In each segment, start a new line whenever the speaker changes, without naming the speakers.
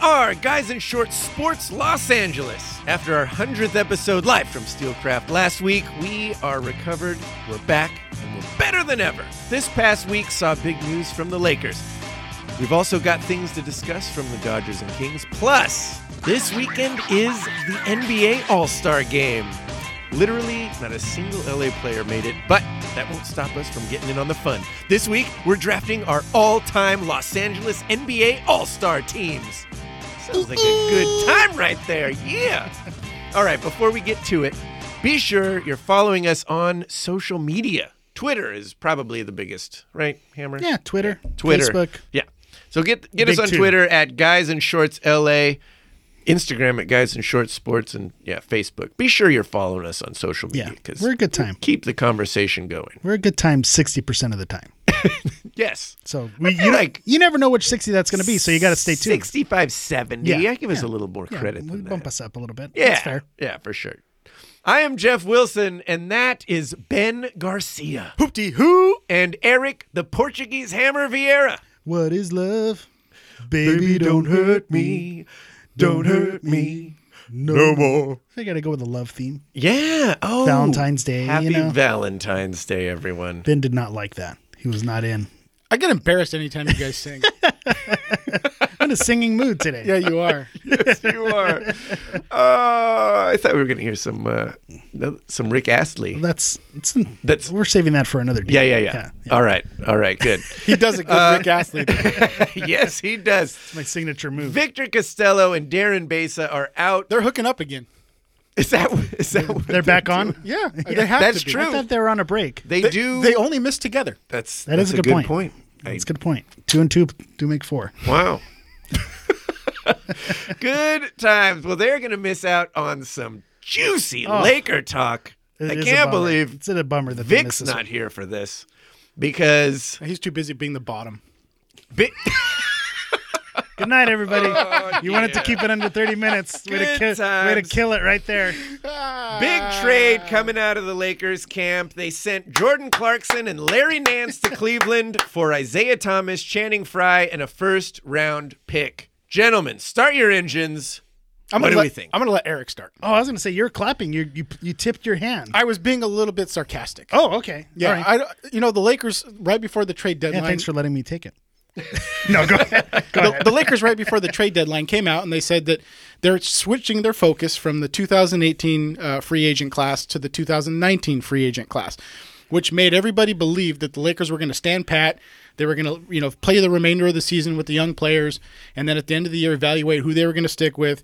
our Guys in Shorts Sports Los Angeles. After our 100th episode live from Steelcraft last week, we are recovered, we're back, and we're better than ever. This past week saw big news from the Lakers. We've also got things to discuss from the Dodgers and Kings. Plus, this weekend is the NBA All Star Game. Literally, not a single LA player made it, but that won't stop us from getting in on the fun. This week, we're drafting our all time Los Angeles NBA All Star teams. Sounds like a good time right there. Yeah. All right, before we get to it, be sure you're following us on social media. Twitter is probably the biggest, right, Hammer?
Yeah, Twitter,
Twitter.
Facebook.
Yeah. So get get
Big
us on
two.
Twitter at Guys in Shorts LA, Instagram at Guys in Shorts Sports, and yeah, Facebook. Be sure you're following us on social
Yeah,
media because
we're a good time.
keep the conversation going.
We're a good time sixty percent of the time.
Yes.
So we
feel
you,
like-
you never know which sixty that's going to be, so you got to stay tuned.
65, 70.
Yeah,
Yeah, give us a little more
Yeah,
credit
we
than
bump
that.
us up a little bit.
Yeah.
That's fair.
Yeah, for sure. I am Jeff Wilson, and that is Ben Garcia.
Hoopty who?
And Eric, the Portuguese Hammer Vieira.
What is love? Baby, don't hurt me.
Don't hurt me.
No,
more.
I got to go with the love theme.
Yeah. Oh.
Valentine's Day, you
Happy
know.
Valentine's Day, everyone.
Ben did not like that. He was not in.
I get embarrassed anytime you guys sing.
I'm in a singing mood today.
yeah, you are.
yes, you are. Uh, I thought we were going to hear some uh, no- some Rick Astley.
That's it's. That's
That's-
we're saving that for another day.
Yeah, yeah, yeah. All right. All right. Good.
He does a good Rick Astley.
yes, he does.
My signature move.
Victor Costello and Darren Besa are out.
They're hooking up again.
Is that is that what
They're back on.
Yeah, they have
That's
to be.
true.
I thought they were on a break.
They,
They,
do.
They only miss together.
that's
That
that's
is a good point.
I-
That's a good point. Two and two do make four.
Wow. Good times. Well, they're going to miss out on some juicy Laker talk.
Oh. It
I
is a
can't
bummer.
believe
it's a bummer that they missed
Vic's
this
not
one.
here for this because
He's too busy being the bottom.
Vic,
Good night, everybody. you wanted to keep it under thirty minutes. Way to,
Oh, Good
kill, way to
times.
kill it right there.
big
Ah.
trade coming out of the Lakers camp. They sent Jordan Clarkson and Larry Nance to Cleveland for Isaiah Thomas, Channing Frye, and a first round pick. Gentlemen, start your engines.
I'm
What
gonna
do
let,
we think?
I'm going to let Eric start.
Oh, I was gonna say you're clapping. You you you tipped your hand.
I was being a little bit sarcastic.
oh, okay.
yeah.
All right.
I don't- you know, the Lakers, right before the trade
yeah
deadline,
thanks for letting me take it. no, go ahead. Go
the,
ahead.
the Lakers, right before the trade deadline, came out and they said that they're switching their focus from the 2018 uh, free agent class to the 2019 free agent class, which made everybody believe that the Lakers were going to stand pat. They were going to, you know, play the remainder of the season with the young players, and then at the end of the year evaluate who they were going to stick with.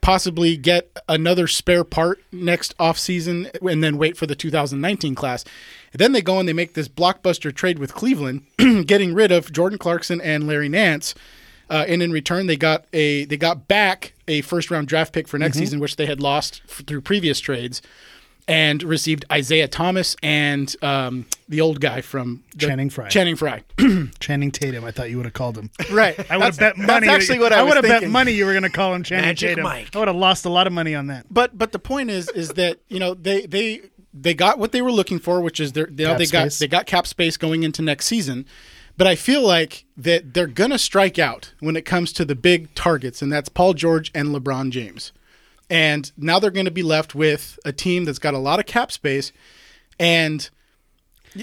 Possibly get another spare part next offseason and then wait for the 2019 class. Then they go and they make this blockbuster trade with Cleveland, getting rid of Jordan Clarkson and Larry Nance uh, and in return they got a they got back a first round draft pick for next
Mm-hmm.
season, which they had lost f- through previous trades, and received Isaiah Thomas and um, the old guy from the-
Channing Frye.
Channing Frye,
Channing Tatum. I thought you would have called him.
right?
I would have bet money. that-
actually what I was
would have bet
thinking.
money you were going to call him Channing
Magic
Tatum.
Mike.
I would have lost a lot of money on that.
but but the point is is that you know they they they got what they were looking for, which is their, they
Cap
they got
space.
they got cap space going into next season. But I feel like that they're gonna strike out when it comes to the big targets, and that's Paul George and LeBron James. And now they're going to be left with a team that's got a lot of cap space and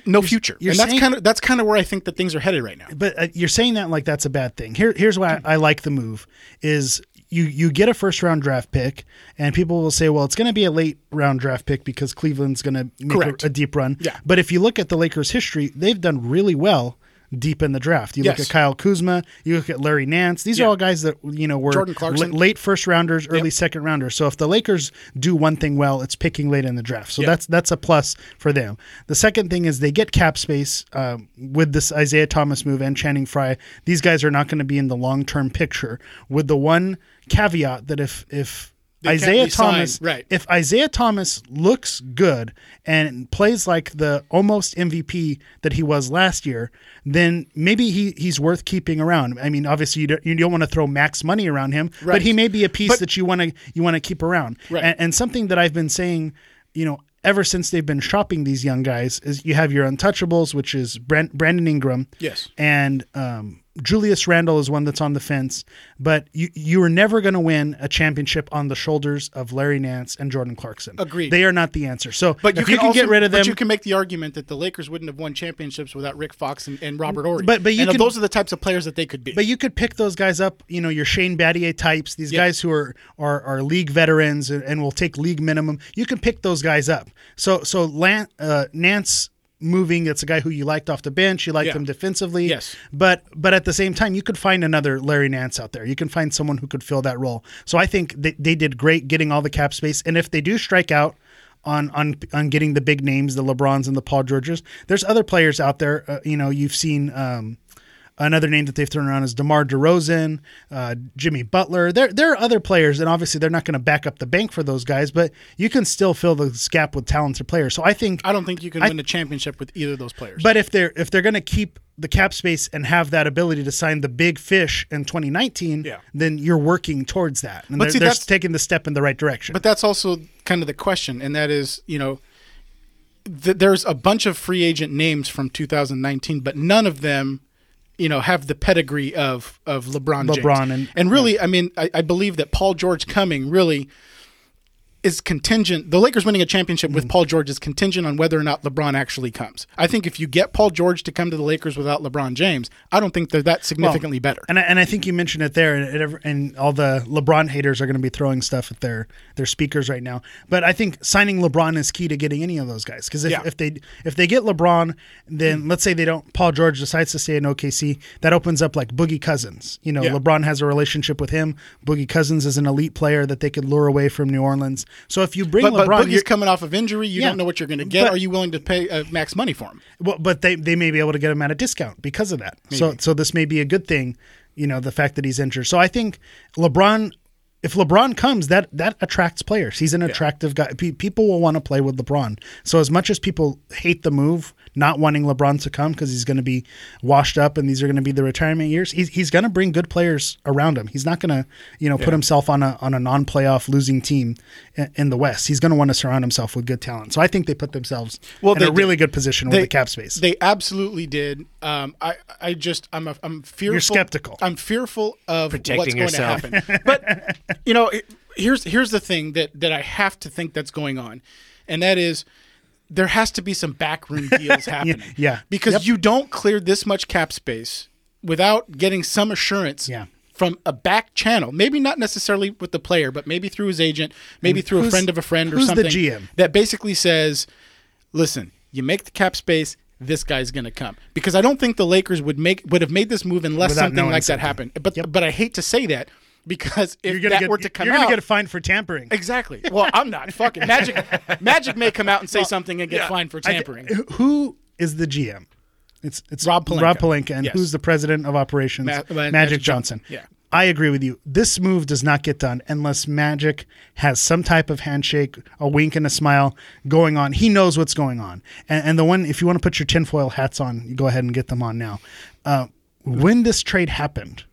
no future.
you're
and that's
saying-
kind of that's kind of where I think that things are headed right now.
but uh, you're saying that like that's a bad thing. Here, here's why I, like the move is you you get a first round draft pick, and people will say, well, it's going to be a late round draft pick because Cleveland's going to make
Correct.
a, a deep run.
Yeah.
But if you look at the Lakers' history, they've done really well deep in the draft. You look
Yes.
at Kyle Kuzma, you look at Larry Nance. These are all guys that you know were
Jordan Clarkson.
la- late first rounders, early second rounders. So if the Lakers do one thing well, it's picking late in the draft. So that's that's a plus for them. The second thing is they get cap space um, with this Isaiah Thomas move and Channing Frye. These guys are not going to be in the long term picture. With the one caveat that if if
can't
Isaiah
re-sign,
Thomas,
right.
if Isaiah Thomas looks good and plays like the almost MVP that he was last year, then maybe he, he's worth keeping around. I mean, obviously you don't, you don't want to throw max money around him, but
Right.
he may be a piece that you want to you want to keep around.
Right.
And, and something that I've been saying, you know, ever since they've been shopping these young guys is you have your untouchables, which is Brent, Brandon Ingram,
Yes.
and um, Julius Randle is one that's on the fence, but you you are never going to win a championship on the shoulders of Larry Nance and Jordan Clarkson.
Agreed.
They are not the answer. So,
But
if you can,
also-
get rid of them,
But you can make the argument that the Lakers wouldn't have won championships without Rick Fox and, and Robert Ory.
But- but you
And
can-
those are the types of players that they could be.
But you could pick those guys up, you know, your Shane Battier types, these guys who are, are are league veterans and, and will take league minimum. You can pick those guys up. So so Lan, uh, Nance moving, it's a guy who you liked off the bench. You liked
Yeah.
him defensively.
Yes.
But but at the same time, you could find another Larry Nance out there. You can find someone who could fill that role. So I think they, they did great getting all the cap space. And if they do strike out on on on getting the big names, the LeBrons and the Paul Georges, there's other players out there. Uh, you know, you've seen. Um, Another name that they've thrown around is DeMar DeRozan, uh, Jimmy Butler. There, there are other players, and obviously they're not going to back up the bank for those guys, but you can still fill the gap with talented players. So I think
I don't think you can
I-
win a championship with either of those players.
but if they're if they're going to keep the cap space and have that ability to sign the big fish in 2019,
Yeah.
then you're working towards that, and
But
they're,
see,
they're
that's-
taking the step in the right direction.
But that's also kind of the question, and that is, you know, th- there's a bunch of free agent names from 2019, but none of them, you know, have the pedigree of of LeBron. James.
LeBron and-
really, I mean, I, I believe that Paul George coming really is contingent. The Lakers winning a championship
Mm-hmm.
with Paul George is contingent on whether or not LeBron actually comes. I think if you get Paul George to come to the Lakers without LeBron James, I don't think they're that significantly better.
And I, and I think you mentioned it there, and, it ever- and all the LeBron haters are going to be throwing stuff at their their speakers right now. But I think signing LeBron is key to getting any of those guys because if,
Yeah. Hmm.
if they if they get LeBron, then let's say they don't. Paul George decides to stay in OKC, that opens up like Boogie Cousins. You know,
Yeah.
LeBron has a relationship with him. Boogie Cousins is an elite player that they could lure away from New Orleans. So if you bring
But, but
LeBron,
Boogie's
you're-
coming off of injury. You
Yeah.
don't know what you're going to get.
But-
Are you willing to pay uh, max money for him?
Well, but they they may be able to get him at a discount because of that. So so this may be a good thing, you know, the fact that he's injured. So I think LeBron, if LeBron comes, that that attracts players. He's an attractive guy. Pe- people will want to play with LeBron. So as much as people hate the move, not wanting LeBron to come because he's going to be washed up and these are going to be the retirement years, he's, he's going to bring good players around him. He's not going to you know put himself on a on a non playoff losing team in, in the West. He's going to want to surround himself with good talent. So I think they put themselves
Well,
in
they
a really
did.
good position with the cap space.
They absolutely did. Um, I, I just, I'm, a, I'm fearful.
skeptical.
I'm fearful of what's
Protecting
going
yourself.
to happen. But you know, it- here's here's the thing that that I have to think that's going on, and that is. There has to be some backroom deals happening.
yeah.
Because
Yep.
you don't clear this much cap space without getting some assurance
Yeah.
from a back channel. Maybe not necessarily with the player, but maybe through his agent, maybe through a
who's-
friend of a friend or
who's the
something.
GM?
That basically says, listen, you make the cap space, this guy's going to come. Because I don't think the Lakers would make would have made this move unless
Without
something
knowing
like that
something.
happened. But but I hate to say that because if
you're gonna
that
get
were to come
you're
out,
gonna get fined for tampering.
exactly. Well, I'm not fucking magic. Magic may come out and say something and get fined for
I thi-
tampering.
who is the GM? It's it's
Rob Pelinka.
and
Yes.
who's the president of operations?
Ma- Ma-
Magic,
Magic
Johnson.
Johnson. Yeah.
I agree with you. This move does not get done unless Magic has some type of handshake, a wink and a smile going on. He knows what's going on. And, and the one, if you want to put your tinfoil hats on, you go ahead and get them on now. Uh, when this trade happened,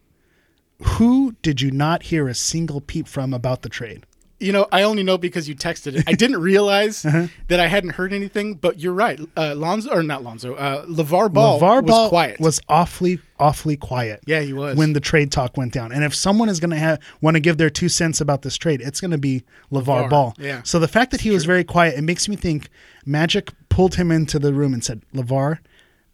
who did you not hear a single peep from about the trade?
You know, I only know because you texted it. I didn't realize
Uh-huh.
that I hadn't heard anything, but you're right. Uh, Lonzo, or not Lonzo, uh, LeVar Ball
LeVar
was
Ball
quiet.
was awfully, awfully quiet.
Yeah, he was.
When the trade talk went down, and if someone is going to have want to give their two cents about this trade, it's going to be Levar,
LeVar,
Ball.
yeah.
So the fact that he was very quiet, it makes me think Magic pulled him into the room and said, "Levar,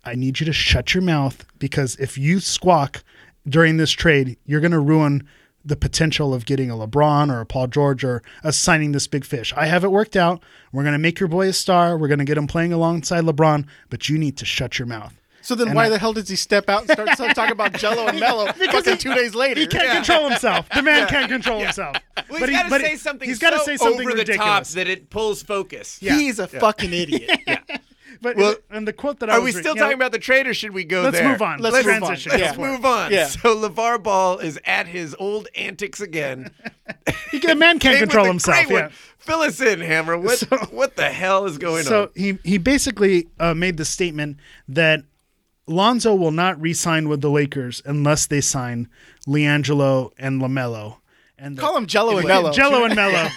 I need you to shut your mouth because if you squawk during this trade, you're going to ruin." The potential of getting a LeBron or a Paul George or us signing this big fish. I have it worked out. We're going to make your boy a star. We're going to get him playing alongside LeBron, but you need to shut your mouth.
so then why the hell does he step out and start start talking about Jello and Mello fucking two days later?
He can't control himself. The man can't control himself.
Well, he's
But he-
got to
but
say
he-
something.
He's got to
so
say something
over the top
ridiculous.
that it pulls focus.
He's a fucking idiot.
But
Well,
and the quote that I
Are
was
we still
reading-
talking about the trade, or should we go
Let's
there?
move on. Let's
move on.
transition.
Let's
Yeah.
move on.
Yeah.
So LeVar Ball is at his old antics again.
He can- the man can't
Came
control
with a
himself.
great one.
Yeah.
Fill us in, Hammer. What what the hell is going on?
So he he basically uh, made the statement that Lonzo will not re-sign with the Lakers unless they sign LiAngelo and LaMelo. and the,
Call him Jello and Mello.
Jello and Mello,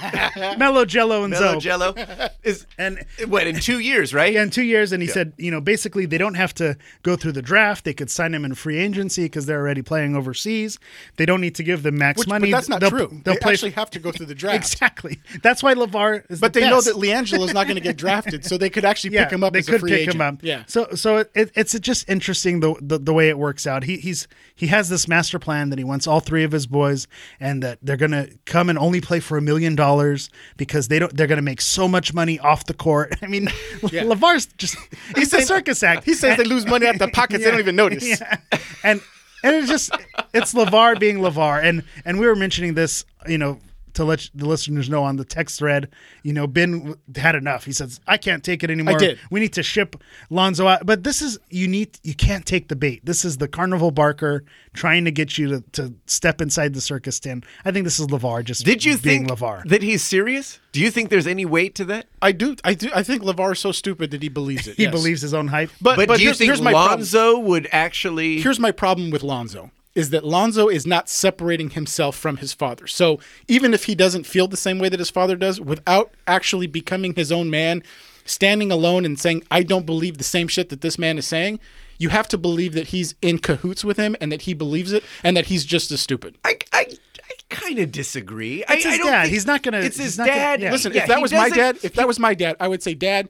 Mello Jello and
Mellow
Zoe.
Jello is
and
what in two years, right?
yeah, in two years, and he said, you know, basically they don't have to go through the draft. They could sign him in free agency because they're already playing overseas. They don't need to give them max
Which,
money.
but that's not
They'll-
true.
They'll
They
play
actually have to go through the draft.
exactly. That's why Levar is.
But
the
they know
best.
that Leangelo's not going to get drafted, so they could actually pick him up
They
as
could
a free
pick
agent.
him up.
Yeah.
So so it, it- it's just interesting the, the the way it works out. He he's he has this master plan that he wants all three of his boys, and that they're gonna come and only play for a million dollars because they don't. They're gonna make so much money off the court. I mean, Lavar's just he's a circus act.
He says they lose money out the pockets; they don't even notice.
Yeah. And and it's just it's Levar being Levar. And and we were mentioning this, you know, to let the listeners know on the text thread, you know, Ben w- had enough. He says, "I can't take it anymore.
did.
We need to ship Lonzo out." But this is you need you can't take the bait. This is the Carnival Barker trying to get you to, to step inside the circus tent. I think this is Levar just
Did you
being
think
Levar.
that he's serious? Do you think there's any weight to that?
I do. I do. I think Lavar is so stupid that he believes it.
he believes his own hype.
But,
But,
but
do you
here's,
think
here's my problem.
Lonzo would actually?
here's my problem with Lonzo is that Lonzo is not separating himself from his father. So even if he doesn't feel the same way that his father does, without actually becoming his own man, standing alone and saying, I don't believe the same shit that this man is saying, you have to believe that he's in cahoots with him and that he believes it and that he's just as stupid.
I, I, I kind of disagree. I,
It's his
I don't
dad.
think-
He's not gonna-
It's
he's
his
not gonna-
dad.
yeah.
Listen,
Yeah,
if that
he
was my
doesn't-
dad, if that was my dad, I would say, Dad,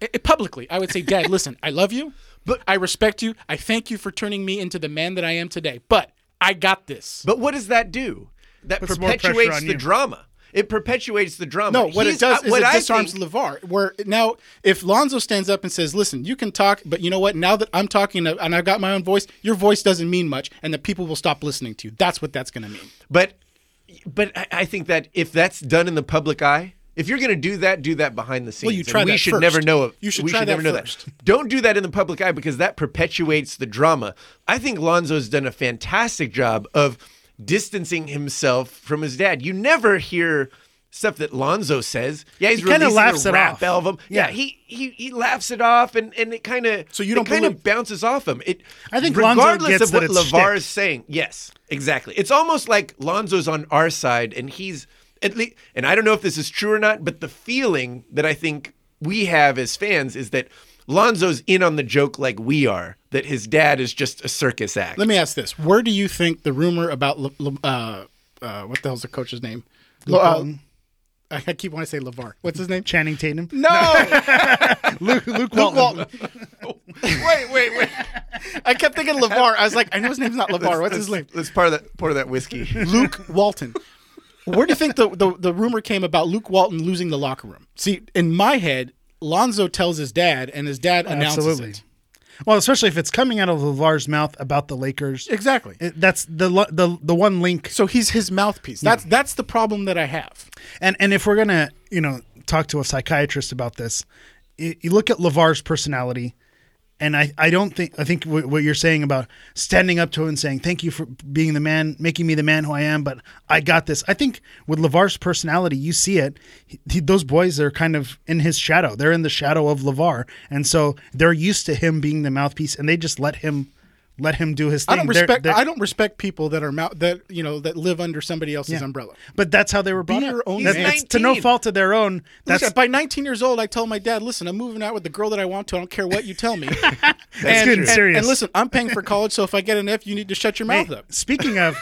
i- i- publicly, I would say, Dad, listen, I love you, but I respect you. I thank you for turning me into the man that I am today. But I got this.
But what does that do? That
Puts more pressure
perpetuates
on
the
you.
drama. It perpetuates the drama.
No, what
He's-
it does
uh,
is
what
it
I
disarms
think-
Levar. Where now, if Lonzo stands up and says, "Listen, you can talk, but you know what? Now that I'm talking and I've got my own voice, your voice doesn't mean much, and the people will stop listening to you." That's what that's going to mean.
But but I, I think that if that's done in the public eye, if you're going to do that, do that behind the scenes.
you
And
try
we
that
should
first.
never know it.
You should
we
try
should
that
never know
first.
that. Don't do that in the public eye because that perpetuates the drama. I think Lonzo's done a fantastic job of distancing himself from his dad. You never hear stuff that Lonzo says. Yeah, he's
He kinda
releasing
laughs
a
it
rap
off.
album. Yeah,
Yeah.
he, he he laughs it off and and it kind of
So you don't
it kind of
believe-
bounces off him. It
I think Lonzo
regardless
gets
of
that
what
it's
Lavar
shtick.
is saying. Yes, exactly. It's almost like Lonzo's on our side, and he's at least. And I don't know if this is true or not, but the feeling that I think we have as fans is that Lonzo's in on the joke like we are. That his dad is just a circus act.
Let me ask this: Where do you think the rumor about Le- Le- uh, uh, what the hell's the coach's name? Le- uh, I I keep wanting to say Levar. What's his name?
Channing Tatum,
No,
Luke, Luke
Luke
Walton.
Walton.
wait, wait, wait.
I kept thinking Levar. I was like, I know his name's not Levar. What's his name?
Let's, let's pour that pour that whiskey.
Luke Walton. Where do you think the, the, the rumor came about Luke Walton losing the locker room? See, in my head, Lonzo tells his dad, and his dad announces
Absolutely.
it.
Well, especially if it's coming out of Lavar's mouth about the Lakers.
Exactly.
It- that's the lo- the the one link.
So he's his mouthpiece. That's that's the problem that I have.
And and if we're gonna you know talk to a psychiatrist about this, you, you look at Lavar's personality, and I I don't think I think what what you're saying about standing up to him and saying thank you for being the man, making me the man who I am, but I got this. I think with Lavar's personality, you see it. He, he- those boys are kind of in his shadow. They're in the shadow of Lavar, and so they're used to him being the mouthpiece, and they just let him. Let him do his thing.
I don't
They're-
respect.
they're-
I don't respect people that are mou- that you know that live under somebody else's umbrella.
But that's how they were brought
your
up.
own
That-
man.
it's to no
19.
fault of their own.
Look,
That's
by 19 years old, I tell my dad, "Listen, I'm moving out with the girl that I want to. I don't care what you tell me." and,
That's
getting
and-
serious.
and listen, I'm paying for college, so if I get an F, you need to shut your mouth up.
speaking of.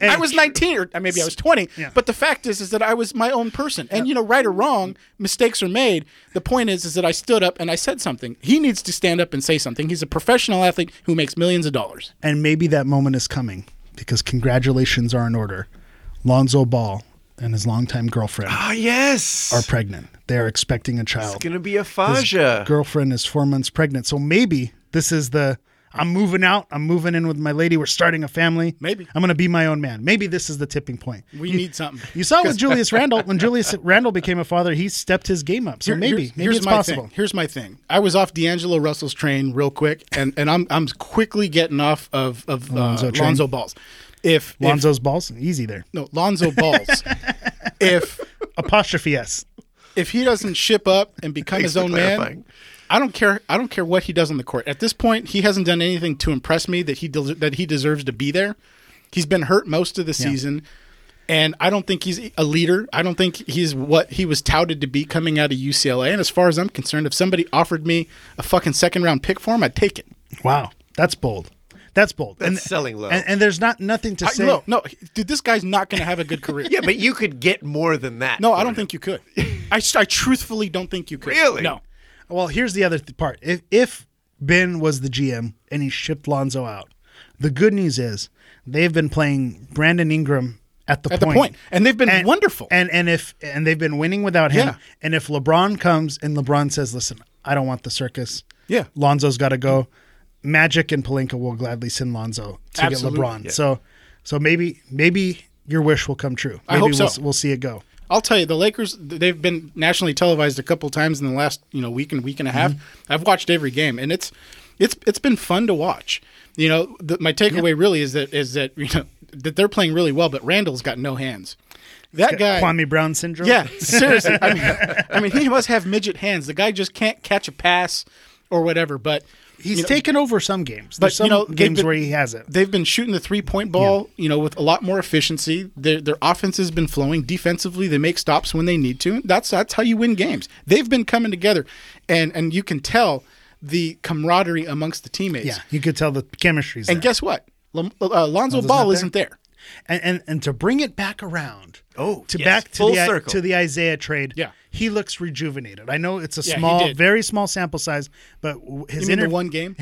I was 19 or uh, maybe I was 20,
Yeah.
but the fact is is that I was my own person. And you know, right or wrong, mistakes are made. The point is is that I stood up and I said something. He needs to stand up and say something. He's a professional athlete who makes millions of dollars.
and maybe that moment is coming because congratulations are in order. Lonzo Ball and his longtime girlfriend
Ah, yes.
are pregnant. They are expecting a
it's
child.
gonna be a faja.
Girlfriend is four months pregnant. So maybe this is the I'm moving out. I'm moving in with my lady. We're starting a family.
Maybe.
I'm going to be my own man. Maybe this is the tipping point.
We need something.
You saw with Julius Randle. When Julius Randle became a father, he stepped his game up. So
Here-
maybe,
here's,
maybe
here's
it's
my
possible.
Thing. Here's my thing. I was off D'Angelo Russell's train real quick, and, and I'm I'm quickly getting off of of uh,
Lonzo
Lonzo,
train.
balls. If, if-
Lonzo's balls, easy there.
no Lonzo balls, if
Apostrophe S.
if he doesn't ship up and become
Thanks
his
for
own man,
clarifying.
I don't care. I don't care what he does on the court. At this point, he hasn't done anything to impress me that he del- that he deserves to be there. He's been hurt most of the season, And I don't think he's a leader. I don't think he's what he was touted to be coming out of UCLA. And as far as I'm concerned, if somebody offered me a fucking second round pick for him, I'd take it.
Wow, that's bold. That's bold.
That's selling low.
And, and there's not nothing to
I,
say.
no, no, dude, this guy's not going to have a good career.
Yeah, but you could get more than that.
No, I
for
don't
him.
think you could. I, s- I truthfully don't think you could.
Really?
No.
Well, here's the other th- part. If if Ben was the GM and he shipped Lonzo out, the good news is they've been playing Brandon Ingram at the
At the
point.
point. And they've been wonderful.
And and if and they've been winning without him.
Yeah.
And if LeBron comes and LeBron says, "Listen, I don't want the circus.
Yeah.
Lonzo's got to go." Magic and Palinka will gladly send Lonzo to
Absolutely.
get LeBron. So so maybe maybe your wish will come true. Maybe
I hope
we'll,
so.
we'll see it go.
I'll tell you, the Lakers, they've been nationally televised a couple times in the last, you know, week and week and a half. I've watched every game and it's it's it's been fun to watch. You know, the, my takeaway really is that is that, you know, that they're playing really well, but Randall's got no hands. That guy
Kwame Brown syndrome.
Yeah, seriously. I mean, I mean, he must have midget hands. The guy just can't catch a pass or whatever, but
He's
you know,
taken over some games.
but,
There's some
you know, they've
games
been-
where he has it.
they've been shooting the three point ball, you know, with a lot more efficiency. Their their offense has been flowing. Defensively, they make stops when they need to. That's that's how you win games. They've been coming together, and and you can tell the camaraderie amongst the teammates.
Yeah, you could tell the chemistry's
And
there.
guess what? Lam- uh, Lonzo
not
Ball
there?
isn't there.
and, and and to bring it back around.
Oh,
to
yes.
back to
Full
the
circle.
to the Isaiah trade.
Yeah.
he looks rejuvenated. I know it's a
Yeah, he
small,
did.
very small sample size, but w-
You
his
mean
inter-
the one game?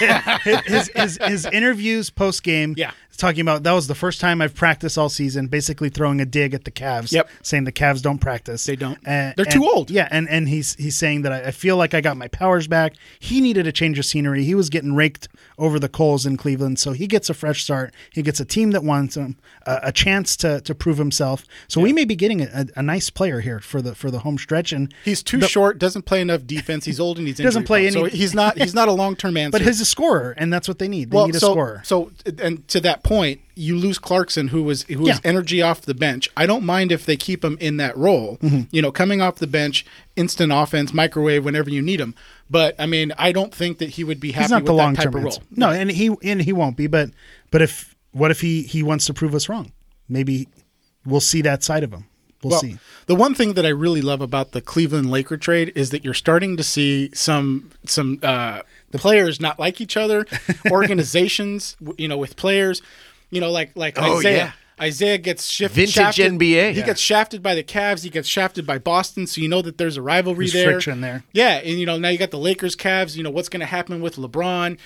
his, his, his interviews post game.
Yeah.
talking about that was the first time I've practiced all season. Basically throwing a dig at the Cavs.
Yep.
saying the Cavs don't practice.
They don't.
And-
They're
and-
too old.
Yeah, and and he's he's saying that I, I feel like I got my powers back. He needed a change of scenery. He was getting raked over the coals in Cleveland, so he gets a fresh start. He gets a team that wants him, a, a chance to to prove himself. So we may be getting a, a, a nice player here for the for the home stretch. And
He's too short. Doesn't play enough defense. He's old and he's
Doesn't
injury
play
prone.
any-
So he's not he's not a long term answer.
but he's a scorer, and that's what they need. They need a
so,
scorer.
So and to that point, you lose Clarkson, who was who was
Yeah.
energy off the bench. I don't mind if they keep him in that role.
Mm-hmm.
You know, coming off the bench, instant offense, microwave whenever you need him. But I mean, I don't think that he would be happy
He's not
with
the long
that type
term
of role.
answer. No, and he and he won't be. But but if what if he he wants to prove us wrong? Maybe we'll see that side of him. We'll,
Well,
see.
the one thing that I really love about the Cleveland Laker trade is that you're starting to see some some uh, the players not like each other, organizations, w- you know, with players, you know, like like
Oh,
Isaiah.
yeah.
Isaiah gets shifted.
Vintage
shafted.
NBA.
He
Yeah.
gets shafted by the Cavs. He gets shafted by Boston. So you know that there's a rivalry
There's
there.
friction there.
Yeah, and you know now you got the Lakers, Cavs. You know what's going to happen with LeBron.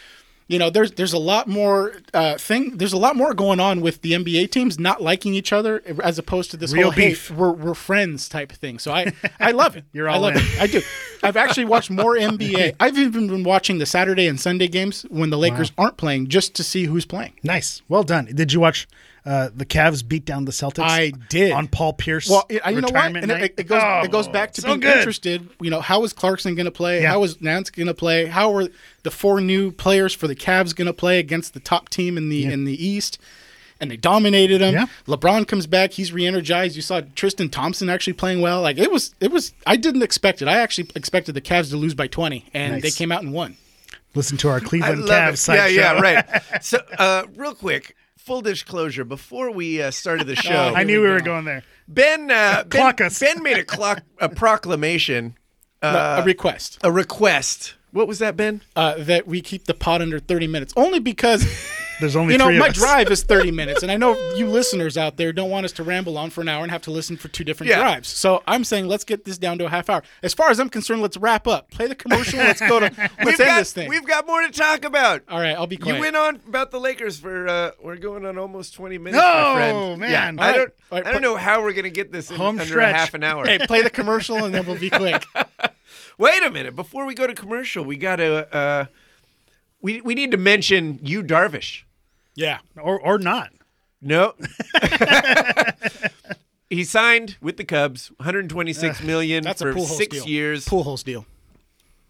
You know there's there's a lot more uh, thing. There's a lot more going on with the NBA teams not liking each other as opposed to this
Real
whole hey,
beef.
we're, we're friends type thing. So I I love it.
You're
I
all
love
in.
it. I do. I've actually watched more NBA. I've even been watching the Saturday and Sunday games when the Lakers aren't playing just to see who's playing.
Nice, well done. Did you watch uh, the Cavs beat down the Celtics?
I did.
on Paul Pierce.
Well, it, I- you know what?
retirement
And
night?
it, it goes
Oh,
it goes back to
so
being
good.
interested. You know, how is Clarkson going to play?
Yeah.
How is Nance going to play? How are the four new players for the Cavs going to play against the top team in the in the East? And they dominated him.
Yeah.
LeBron comes back; he's re-energized. You saw Tristan Thompson actually playing well. Like it was, it was. I didn't expect it. I actually expected the Cavs to lose by twenty, and
Nice.
they came out and won.
Listen to our
I
Cleveland
love
Cavs
it.
side
Yeah,
show.
yeah, right. So, uh, real quick, full disclosure before we uh, started the show,
I
Here
knew
we
we were
go.
going there.
Ben, uh, ben,
Clock us.
ben made a clock a proclamation, uh,
a request
a request. What was that, Ben?
uh, that we keep the pod under thirty minutes, only because
There's only
you know
three of
my
us.
drive is 30 minutes and i know you listeners out there don't want us to ramble on for an hour and have to listen for two different
Yeah.
drives so i'm saying let's get this down to a half hour as far as i'm concerned let's wrap up play the commercial let's go to let's end
got
this thing
we've got more to talk about.
all right i'll be quiet
You went on about the Lakers for uh, we're going on almost twenty minutes.
Oh,
my friend.
man.
Yeah,
All
I
right.
don't
All right,
I don't
put-
know how we're gonna get this in
Home
under
stretch.
half an hour.
hey play the commercial and then we'll be quick
Wait a minute! Before we go to commercial, we gotta uh, we we need to mention you, Darvish.
yeah
or or not.
No. he signed with the Cubs, 126 million
that's a
for
pool
six
deal
years.
pool holes deal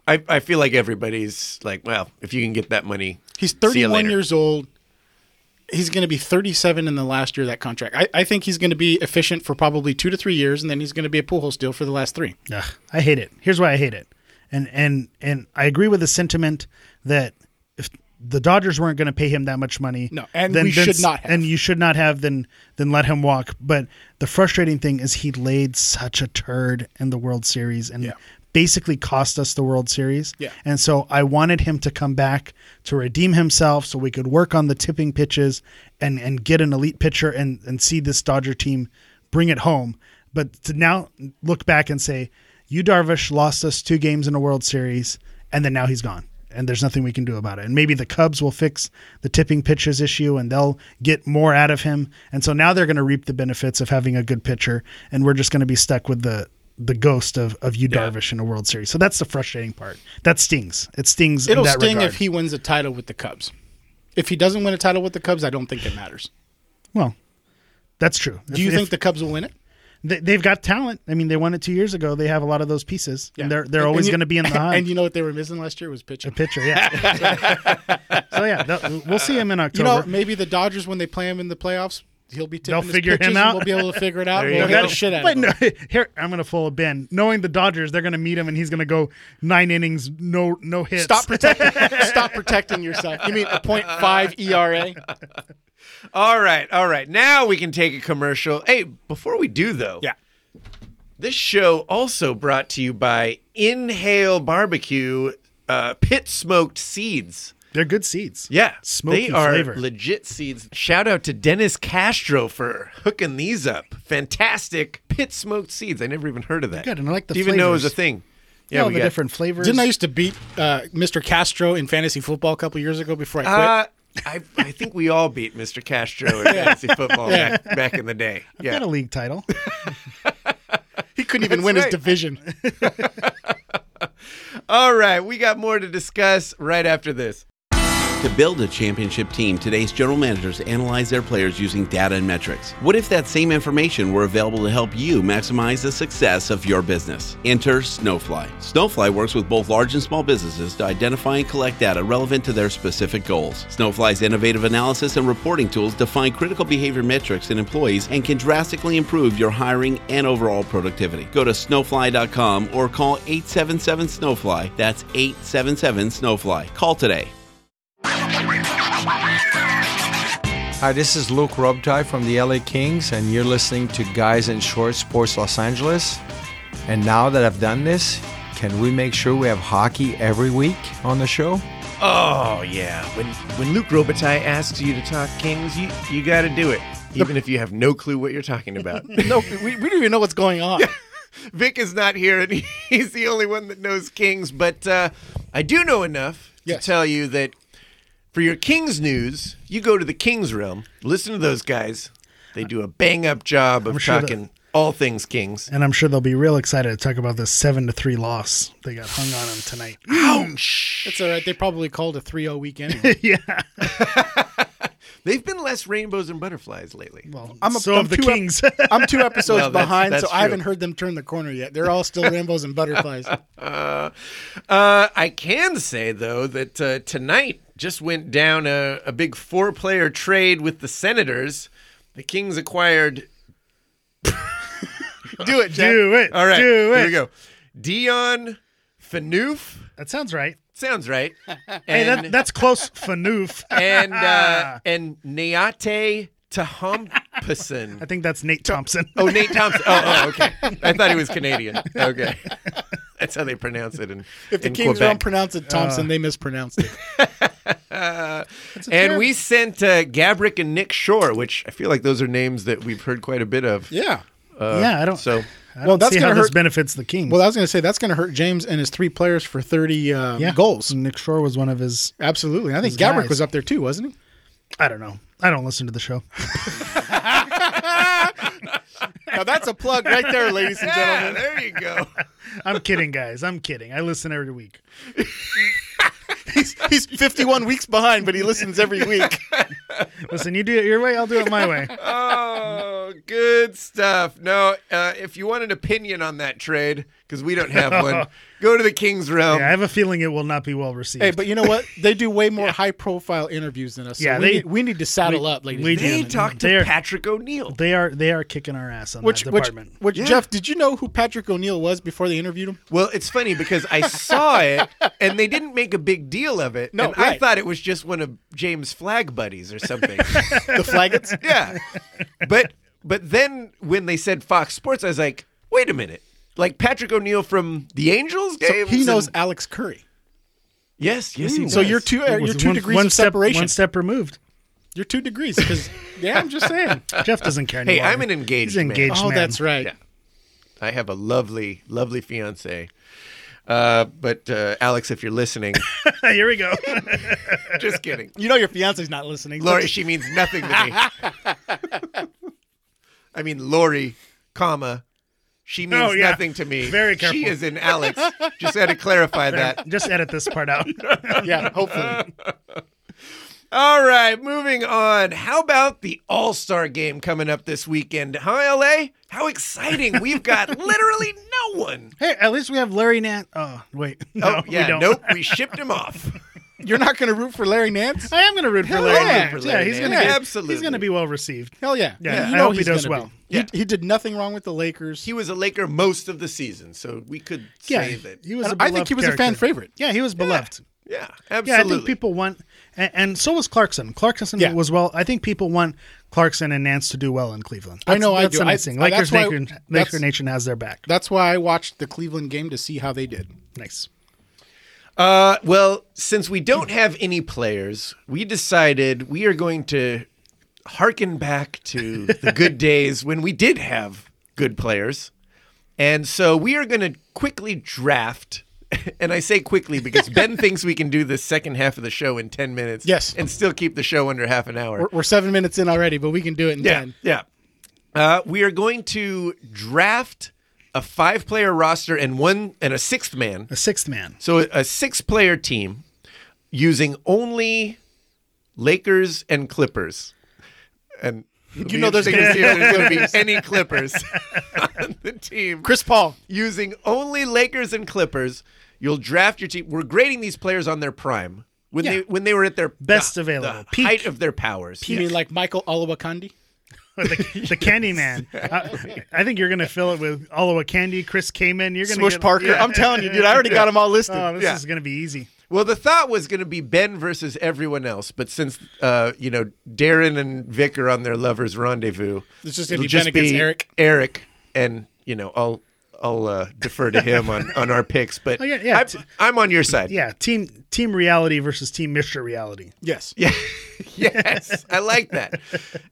I, I feel like everybody's like, well, if you can get that money,
he's
see you
31
later.
years old he's going to be 37 in the last year of that contract I, I think he's going to be efficient for probably two to three years and then he's going to be a pool holes deal for the last three
Ugh, I hate it. Here's why I hate it, and and and I agree with the sentiment that if the Dodgers weren't going to pay him that much money.
No, and we should not have.
And you should not have. Then then let him walk. But the frustrating thing is he laid such a turd in the World Series and
Yeah.
basically cost us the World Series.
Yeah.
And so I wanted him to come back to redeem himself so we could work on the tipping pitches and and get an elite pitcher and and see this Dodger team bring it home. But to now look back and say, you Darvish lost us two games in a World Series, and then now he's gone. And there's nothing we can do about it. And maybe the Cubs will fix the tipping pitches issue and they'll get more out of him. And so now they're going to reap the benefits of having a good pitcher. And we're just going to be stuck with the the ghost of, of you Darvish in a World Series. So that's the frustrating part. That stings. It stings.
It'll
in that
sting
regard.
if he wins a title with the Cubs. If he doesn't win a title with the Cubs, I don't think it matters.
Well, that's true.
Do you think the Cubs will win it?
they, they've got talent? I mean, they won it two years ago. They have a lot of those pieces.
Yeah.
And they're they're
And-
always
and you-
going to be in the hunt.
And you know what they were missing last year was pitching.
pitcher. Yeah. so yeah, that, we'll see him in
You
October.
know, maybe the Dodgers when they play him in the playoffs, he'll be tipping
They'll
his
figure him
pitches and
out.
We'll be able to figure it out.
There you
we'll
go.
get the shit out
but
of him.
no, here I'm gonna fool a Ben. Knowing the Dodgers, they're gonna meet him and he's gonna go nine innings, no no hits.
Stop protecting. stop protecting yourself. You mean a E .5 ERA?
All right, all right. Now we can take a commercial. Hey, before we do though,
Yeah.
This show also brought to you by Inhale Barbecue uh, pit smoked seeds.
They're good seeds.
Yeah,
Smoky
they are
flavor.
legit seeds. Shout out to Dennis Castro for hooking these up. Fantastic pit smoked seeds. I never even heard of that.
Good, and I like the
Didn't even know it was a
flavors.
thing.
yeah,
Yeah,
all
we
the
got-
different flavors.
Didn't I used to beat uh, Mr. Castro in fantasy football a couple years ago before I quit?
Ah,
Uh, I, I think we all beat Mr. Castro in fantasy football back, back in the day.
I've got
Yeah.
a league title.
he couldn't even
that's
win
right.
his division.
All right, we got more to discuss right after this.
To build a championship team, today's general managers analyze their players using data and metrics. What if that same information were available to help you maximize the success of your business? Enter Snowfly. Snowfly works with both large and small businesses to identify and collect data relevant to their specific goals. Snowfly's innovative analysis and reporting tools define critical behavior metrics in employees and can drastically improve your hiring and overall productivity. Go to snowfly.com or call 877 Snowfly. That's 877 Snowfly. Call today.
Hi, this is Luke Robitaille from the LA Kings, and you're listening to Guys in Short Sports Los Angeles. And now that I've done this, can we make sure we have hockey every week on the show?
Oh yeah, when when Luke Robitaille asks you to talk Kings, you you got to do it, even if you have no clue what you're talking about.
no, we, we don't even know what's going on.
Vic is not here, and he's the only one that knows Kings. But uh, I do know enough
Yes.
to tell you that for your Kings news, you go to the Kings realm. Listen to those guys; they do a bang up job of
sure that-
talking all things Kings.
and I'm sure they'll be real excited to talk about this seven to three loss they got hung on him tonight.
That's all right. They probably called a 3-0 week anyway.
They've been less rainbows and butterflies lately.
Well,
I'm a-
so
I'm
of the
too up-
Kings.
I'm two episodes
Well, that's-
behind,
that's
so I haven't
true.
heard them turn the corner yet. They're all still Rambos and butterflies.
Uh, I can say though that uh, tonight just went down a, a big four-player trade with the Senators. The Kings acquired. do it, Jack.
Do it.
All right,
Do
here
it.
we go. Dion Phaneuf
that sounds right.
sounds right. And
Hey, that, that's close. Fanoof.
and uh, and Neate Tahampison.
I think that's Nate Thompson.
Oh, Nate Thompson. Oh, oh, okay. I thought he was Canadian. Okay, that's how they pronounce it in
If the
in
Kings
Quebec.
don't pronounce it Thompson, they mispronounced it.
And we sent uh, Gabrick and Nick Shore, which I feel like those are names that we've heard quite a bit of.
Yeah.
yeah, I don't.
So
I don't
Well, that's
see how
gonna
this
hurt-
benefits the Kings.
Well, I was going to say that's going to hurt James and his three players for 30 um, goals.
Nick Shore was one of his.
Absolutely. I think
Those
Gabrick
guys.
was up there too, wasn't he?
I don't know. I don't listen to the show.
Now that's a plug right there, ladies and
yeah, there you go.
I'm kidding, guys. I'm kidding. I listen every week.
He's, he's 51 weeks behind, but he listens every week.
Listen, you do it your way. I'll do it my way.
Oh, good stuff. No, uh, if you want an opinion on that trade, because we don't have one. Go to the King's Realm.
Yeah, I have a feeling it will not be well received.
Hey, but you know what? They do way more high-profile interviews than us. So
Yeah,
we,
they-
need, we need to saddle
we-
up, ladies.
we
and
do.
they
gentlemen.
talked to
They're-
Patrick O'Neill.
they are they are kicking our ass on
Which,
that
which,
department.
which,
Yeah.
Jeff? Did you know who Patrick O'Neill was before they interviewed him?
Well, it's funny because I saw it and they didn't make a big deal of it.
No,
and I
right.
thought it was just one of James' flag buddies or something.
The Flaggots.
yeah. But but then when they said Fox Sports, I was like, wait a minute. Like Patrick O'Neill from the Angels games.
he knows
and-
Alex Curry.
yes, yes. he
So
does.
you're two, uh,
With
you're two
one-
degrees
one
of
step,
separation.
One step removed.
You're two degrees because yeah, I'm just saying.
Jeff doesn't care
Hey,
anymore.
I'm an engaged
He's an
man.
engaged
Oh,
man.
that's right.
Yeah. I have a lovely, lovely fiance. Uh, but uh, Alex, if you're listening,
Here we go.
just kidding.
You know your fiance's not listening.
Lori, she means nothing to me. I mean, Lori, comma, she means
Oh, yeah.
nothing to me.
Very
She
careful.
is in Alex. Just had to clarify that.
Just edit this part out.
yeah, hopefully.
All right, moving on. How about the All Star game coming up this weekend? Huh, LA? How exciting. We've got literally no one.
hey, at least we have Larry Nant. Oh, wait. No,
oh, yeah.
we don't.
Nope. We shipped him off.
You're not going to root for Larry Nance?
I am going to root for
Hell
Larry
yeah.
Nant.
Root for
Yeah,
Larry
he's
Nant.
going to
Absolutely.
He's going to be well received.
Hell yeah.
Yeah,
You
I
know
hope he
he's
does
gonna
well.
be.
Yeah.
He, he did nothing wrong with the Lakers.
He was a Laker most of the season, so we could
Yeah,
say that.
he was.
And
I
I think he was a fan favorite.
Yeah, he was beloved.
yeah,
Yeah,
absolutely.
I think people want, and, and so was Clarkson. Clarkson
Yeah.
was well. I think people want Clarkson and Nance to do well in Cleveland.
I know I
That's
do.
the
I-
nice thing.
I-
Lakers
that's why-
Nation,
that's-
Laker Nation has their back.
That's why I watched the Cleveland game to see how they did.
Nice.
Uh, well, since we don't have any players, we decided we are going to harken back to the good days when we did have good players. And so we are going to quickly draft. And I say quickly because Ben thinks we can do the second half of the show in 10 minutes.
Yes.
And still keep the show under half an hour.
We're, we're seven minutes in already, but we can do it in
Yeah,
ten.
yeah. Uh, we are going to draft a five-player roster and one and a sixth man.
A sixth man.
So a- a six-player team using only Lakers and Clippers, and you
know there's
going
gonna
to
be-
see if there's going to be any Clippers on the team.
Chris Paul.
using only Lakers and Clippers, you'll draft your team. We're grading these players on their prime. When they when they were at their
Best
the-
available.
the
Peak.
height of their powers,
You mean like Michael Olawakandi?
the, the candy man. I, I think you're going to fill it with Olawa Candy, Chris Kamen. You're going to
Smush Parker. I'm telling you, dude, I already got them all listed.
Oh, this
Yeah.
is going to be easy.
Well, the thought was going to be Ben versus everyone else, but since uh, you know Darren and Vic are on their lovers' rendezvous,
It's just gonna
it'll
be Ben against Eric.
Eric, and you know I'll I'll uh, defer to him on, on our picks, but
Oh, yeah, yeah.
I'm, I'm on your side.
Yeah, team team reality versus team Mr. Reality.
Yes.
Yeah. yes, I like that,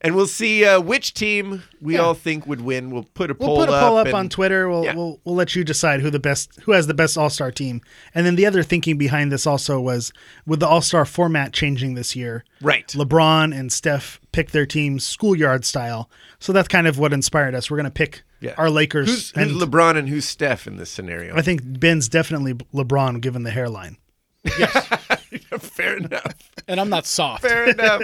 and we'll see uh, which team we all think would win. We'll put a
We'll
poll
put a poll up,
and-
on Twitter. We'll,
Yeah.
we'll we'll let you decide who the best who has the best All Star team. And then the other thinking behind this also was with the All Star format changing this year.
Right.
LeBron and Steph picked their teams schoolyard style. So that's kind of what inspired us. We're going to pick
Yeah.
our Lakers.
Who's, who's
and
LeBron and who's Steph in this scenario?
I think Ben's definitely LeBron given the hairline.
Fair enough.
And I'm not soft.
Fair enough.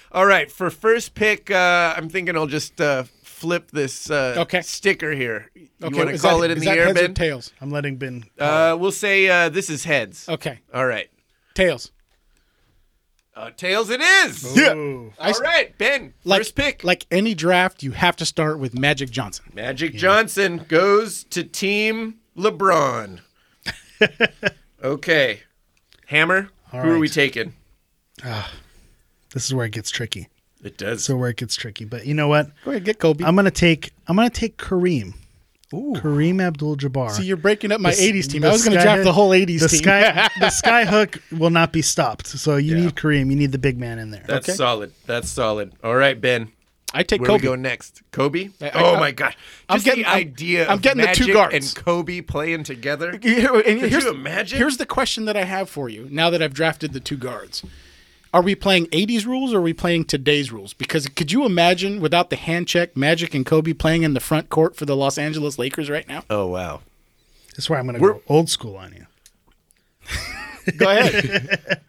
All right, for first pick, uh, I'm thinking I'll just uh, flip this uh,
Okay.
sticker here. You
Okay,
want to
is
call
that-
it in
is
the
that
air,
heads or
Ben?
tails?
I'm letting Ben.
Uh, we'll say uh, this is heads.
Okay,
All right.
tails.
Uh, tails it is.
Ooh.
I s-
All right, Ben.
Like,
first pick.
Like any draft, you have to start with Magic Johnson.
Magic Johnson goes to Team LeBron. okay. Hammer, who are we taking?
This is where it gets tricky.
It does.
So where it gets tricky. But you know what?
Go ahead, get Kobe.
I'm gonna take I'm gonna take Kareem. Kareem Abdul-Jabbar.
See, you're breaking up my
The s-
'80s team.
the
I was going to
sky-
draft the whole '80s
the
team.
Sky, the sky hook will not be stopped. So you need Kareem. You need the big man in there.
That's
okay.
solid. That's solid. All right, Ben.
I take
Where
Kobe.
we go next? Kobe?
I- I-
oh
I-
my god! Just
I'm getting-
the
I'm-
idea.
I'm
of
getting the two
Magic
guards.
and Kobe playing together.
You know, and
Could
here's,
you imagine?
Here's the question that I have for you. Now that I've drafted the two guards, are we playing '80s rules or are we playing today's rules? Because could you imagine without the hand check, Magic and Kobe playing in the front court for the Los Angeles Lakers right now?
oh wow!
That's where I'm gonna
We're-
go old school on you.
Go ahead.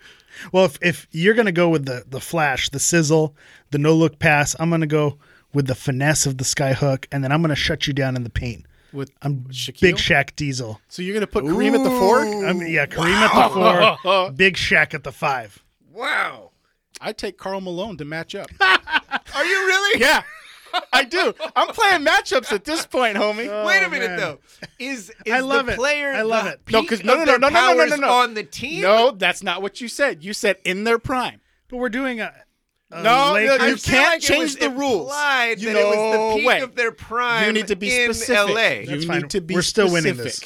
Well, if, if you're gonna go with the the flash, the sizzle, the no look pass, I'm gonna go with the finesse of the sky hook, and then I'm gonna shut you down in the paint.
with
I'm
Shaquille?
Big Shaq Diesel.
So you're gonna put Kareem at the fork?
I'm, yeah, Kareem at the four, Big Shaq at the five.
Wow.
I take Carl Malone to match up.
Are you really?
yeah, I do. I'm playing matchups at this point, homie.
Wait a
Oh,
minute
man.
though. Is, is
I love
the
it.
player
I love
the
it.
No,
peak
'cause- no,
of
no,
their
no, no, no, no, no,
powers
no.
on the team?
No, that's not what you said. You said in their prime.
But we're doing a, a
No,
Lakers-
no,
I
you
feel
can't
like it
change
was
the rules.
implied
You
that it was the
know
peak
way.
of their prime.
you need to be
in
specific.
LA.
You
That's
need
fine.
to be
We're still
specific.
winning this.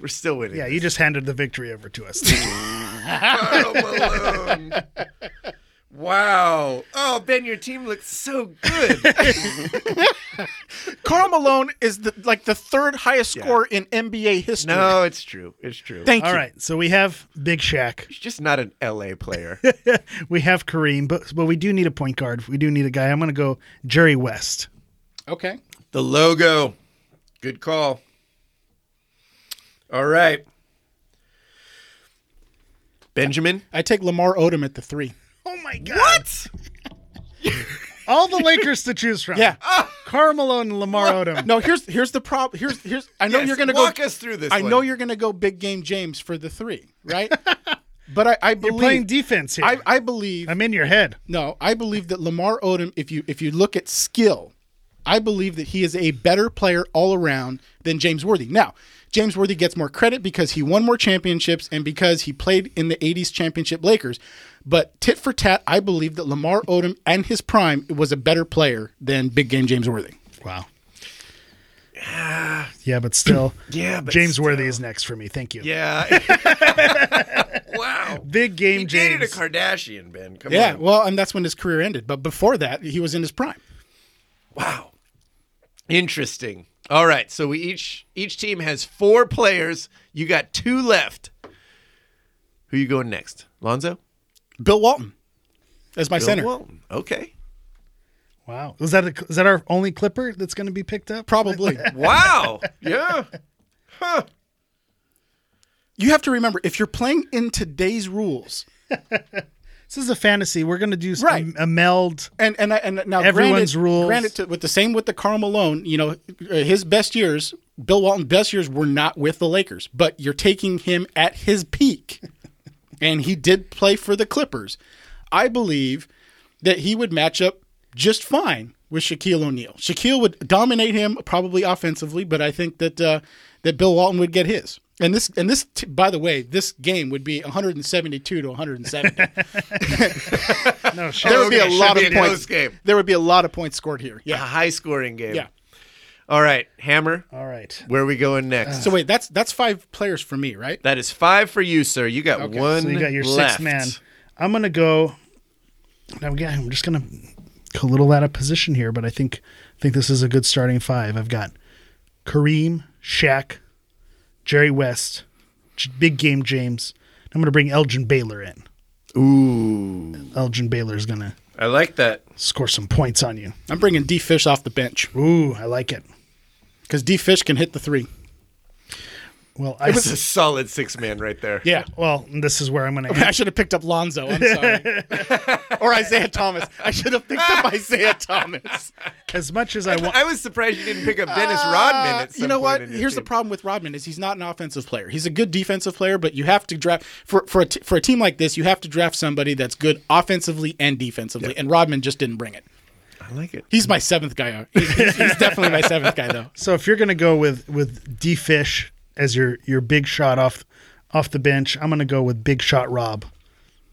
We're still winning.
yeah, you just handed the victory over to us.
Carl Malone. wow. Oh, Ben, your team looks so good.
Carl Malone is the like the third highest scorer in NBA history.
no, it's true. It's true.
Thank
All
you.
right, so we have Big Shaq,
He's just not an LA player.
we have Kareem, but but we do need a point guard. We do need a guy. I'm going to go Jerry West.
Okay.
the logo. Good call. All right. Benjamin.
I take Lamar Odom at the three.
Oh my god! What? All the Lakers to choose from.
Yeah.
Ah.
Karl Malone, and Lamar Odom.
No, here's here's the problem. Here's here's I know
Yes,
you're gonna
walk
go
us through this.
I
one.
know you're gonna go big game James for the three, right? but I, I
You're playing
believe
defense here.
I,
I,
I believe
am in your head.
no, I believe that Lamar Odom, if you if you look at skill, I believe that he is a better player all around than James Worthy. Now, James Worthy gets more credit because he won more championships and because he played in the 80s championship Lakers. But tit for tat, I believe that Lamar Odom and his prime was a better player than big game James Worthy.
Wow. Yeah, but still.
Yeah, but
James
still.
Worthy is next for me. Thank you.
Yeah. wow.
Big game,
He dated a
James.
Kardashian, Ben. Come
Yeah,
on.
well, and that's when his career ended. But before that, he was in his prime.
Wow. Interesting. All right, so we each each team has four players. You got two left. Who you going next? Lonzo?
Bill Walton as my center.
Walton. Okay.
Wow. Is that a, is that our only Clipper that's going to be picked up?
Probably.
Wow. yeah.
you have to remember if you're playing in today's rules,
This is a fantasy. We're going to do s-
Right.
a, a meld.
and and I, and now
Everyone's
granted,
rules.
Granted, to, with the same with the Carl Malone, you know, uh, his best years, Bill Walton's best years were not with the Lakers, but you're taking him at his peak, and he did play for the Clippers. I believe that he would match up just fine with Shaquille O'Neal. Shaquille would dominate him probably offensively, but I think that uh, that Bill Walton would get his. And this, and this, t- by the way, this game would be 172 to 170.
No,
there
Shaq.
would be a
Okay,
lot
should
of
be a
points.
close game. Uh-huh.
There would be a lot of points scored here.
A
Yeah.
high scoring game.
Yeah.
All right, Hammer.
All right.
Where are we going next?
So wait, that's that's five players for me, right?
that is five for you, sir. You got one.
So you got your
left.
sixth man. I'm going to go. Now again, I'm just going to go a little out of position here, but I think I think this is a good starting five. I've got Kareem, Shaq, Jerry West, J- Big Game James. I'm going to bring Elgin Baylor in.
Ooh.
Elgin Baylor's going to
I like that.
score some points on you.
I'm bringing D Fish off the bench
Ooh, I like it.
because D Fish can hit the three.
Well, I
It was a
s-
solid six man right there.
Yeah.
well, this is where I'm going to
I should have picked up Lonzo. I'm sorry. or Isaiah Thomas. I should have picked up Isaiah Thomas.
as much as I want.
I was surprised you didn't pick up Dennis Rodman.
Uh,
At some
you know
point
what?
in your
Here's the
team.
problem with Rodman is he's not an offensive player. He's a good defensive player, but you have to draft for for a t- for a team like this. You have to draft somebody that's good offensively and defensively. And Rodman just didn't bring it.
I like it.
He's my seventh guy. He's, he's- he's definitely my seventh guy though.
So if you're going to go with with D Fish as your your big shot off off the bench, I'm going to go with Big Shot Rob.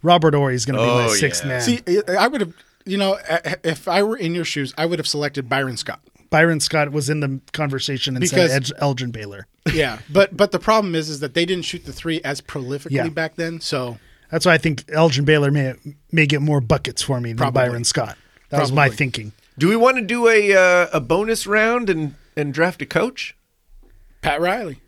Robert Ory is going to be
Oh,
my sixth
yeah.
man.
See, I- I would have, you know, I- if I were in your shoes, I would have selected Byron Scott.
Byron Scott was in the conversation and
Because-
said Ed- Elgin Baylor.
Yeah, but but the problem is, is that they didn't shoot the three as prolifically
Yeah.
back then. So
That's why I think Elgin Baylor may may get more buckets for me than
Probably.
Byron Scott. That was my
Probably.
thinking.
Do we want to do a uh, a bonus round and and draft a coach?
Pat Riley.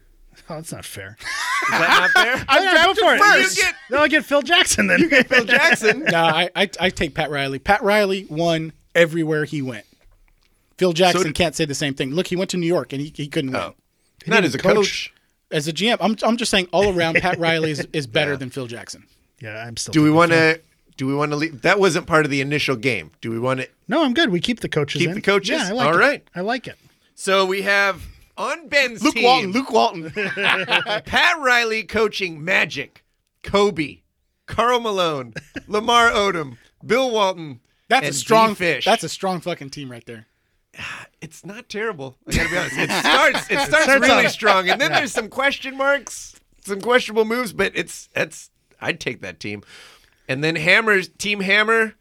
Oh, that's not fair.
Is that not fair?
I'm drafting
first. You get-
no, I get Phil Jackson then.
Phil Jackson.
No, Uh, I, I I take Pat Riley. Pat Riley won everywhere he went. Phil Jackson
did-
can't say the same thing. Look, he went to New York and he, he couldn't win.
Not as a coach.
As a GM, I'm, I'm just saying all around Pat Riley is, is better than Phil Jackson.
yeah, I'm still.
Do we want to? Do we want to leave? That wasn't part of the initial game. Do we want to?
No, I'm good. We keep the coaches.
Keep
in.
the coaches?
Yeah, I like
All
it.
right.
I like it.
So we have on Ben's
Luke
team.
Walton. Luke Walton.
Pat Riley coaching Magic, Kobe, Carl Malone, Lamar Odom, Bill Walton.
That's a
and
strong
D-Fish.
That's a strong fucking team right there.
It's not terrible. I gotta be honest. It starts. It starts really strong, and then there's some question marks, some questionable moves, but it's that's. I'd take that team, and then Hammers Team Hammer,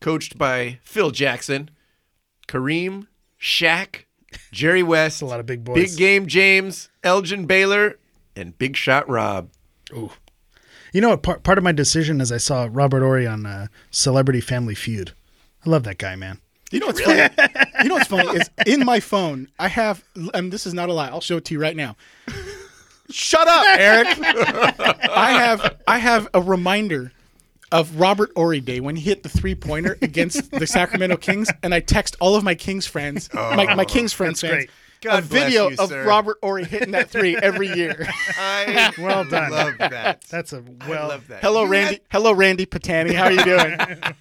coached by Phil Jackson, Kareem, Shaq, Jerry West, a
lot of big boys.
Big Game James, Elgin Baylor, and Big Shot Rob.
You know what? Part, part of my decision is I saw Robert Ory on uh, Celebrity Family Feud. I love that guy, man.
You know what's funny? You know what's funny is in my phone I have, and this is not a lie. I'll show it to you right now. Shut up, Eric. I have I have a reminder of Robert Ory Day when he hit the three pointer against the Sacramento Kings, and I text all of my Kings friends, my, my Kings friends, fans,
great.
Oh, God
a
bless
video
you,
of
sir.
Robert Ory hitting that three every year.
I
Well done.
love that.
That's a
I
well.
love that.
Hello,
You
Randy.
had-
Hello, Randy Patani. How are you doing?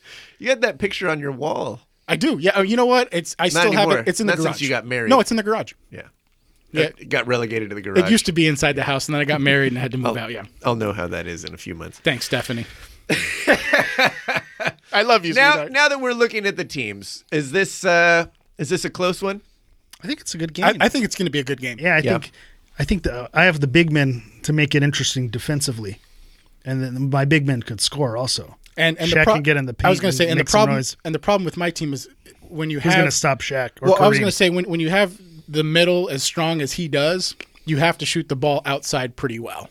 you had that picture on your wall.
I do. Yeah. Oh, you know what? It's I still have
anymore.
it. It's in the
Not
garage.
since you got married.
No, it's in the garage.
Yeah.
Yeah.
It got relegated to the garage.
It used to be inside the house, and then I got married and had to move out. Yeah.
I'll know how that is in a few months.
Thanks, Stephanie. I love you,
Now,
sweetheart.
now that we're looking at the teams, is this uh, is this a close one?
I think it's a good game.
I, I think it's going to be a good game.
yeah, I
Yeah.
think I think the, I have the big men to make it interesting defensively, and then my big men could score also.
And and the
Shaq
pro-
can get in the paint.
I was going to say, and the
make some
problem
noise.
and the problem with my team is when you
who's
have
going to stop Shaq? Or
well, I was
Kareem?
going to say when when you have the middle as strong as he does, you have to shoot the ball outside pretty well.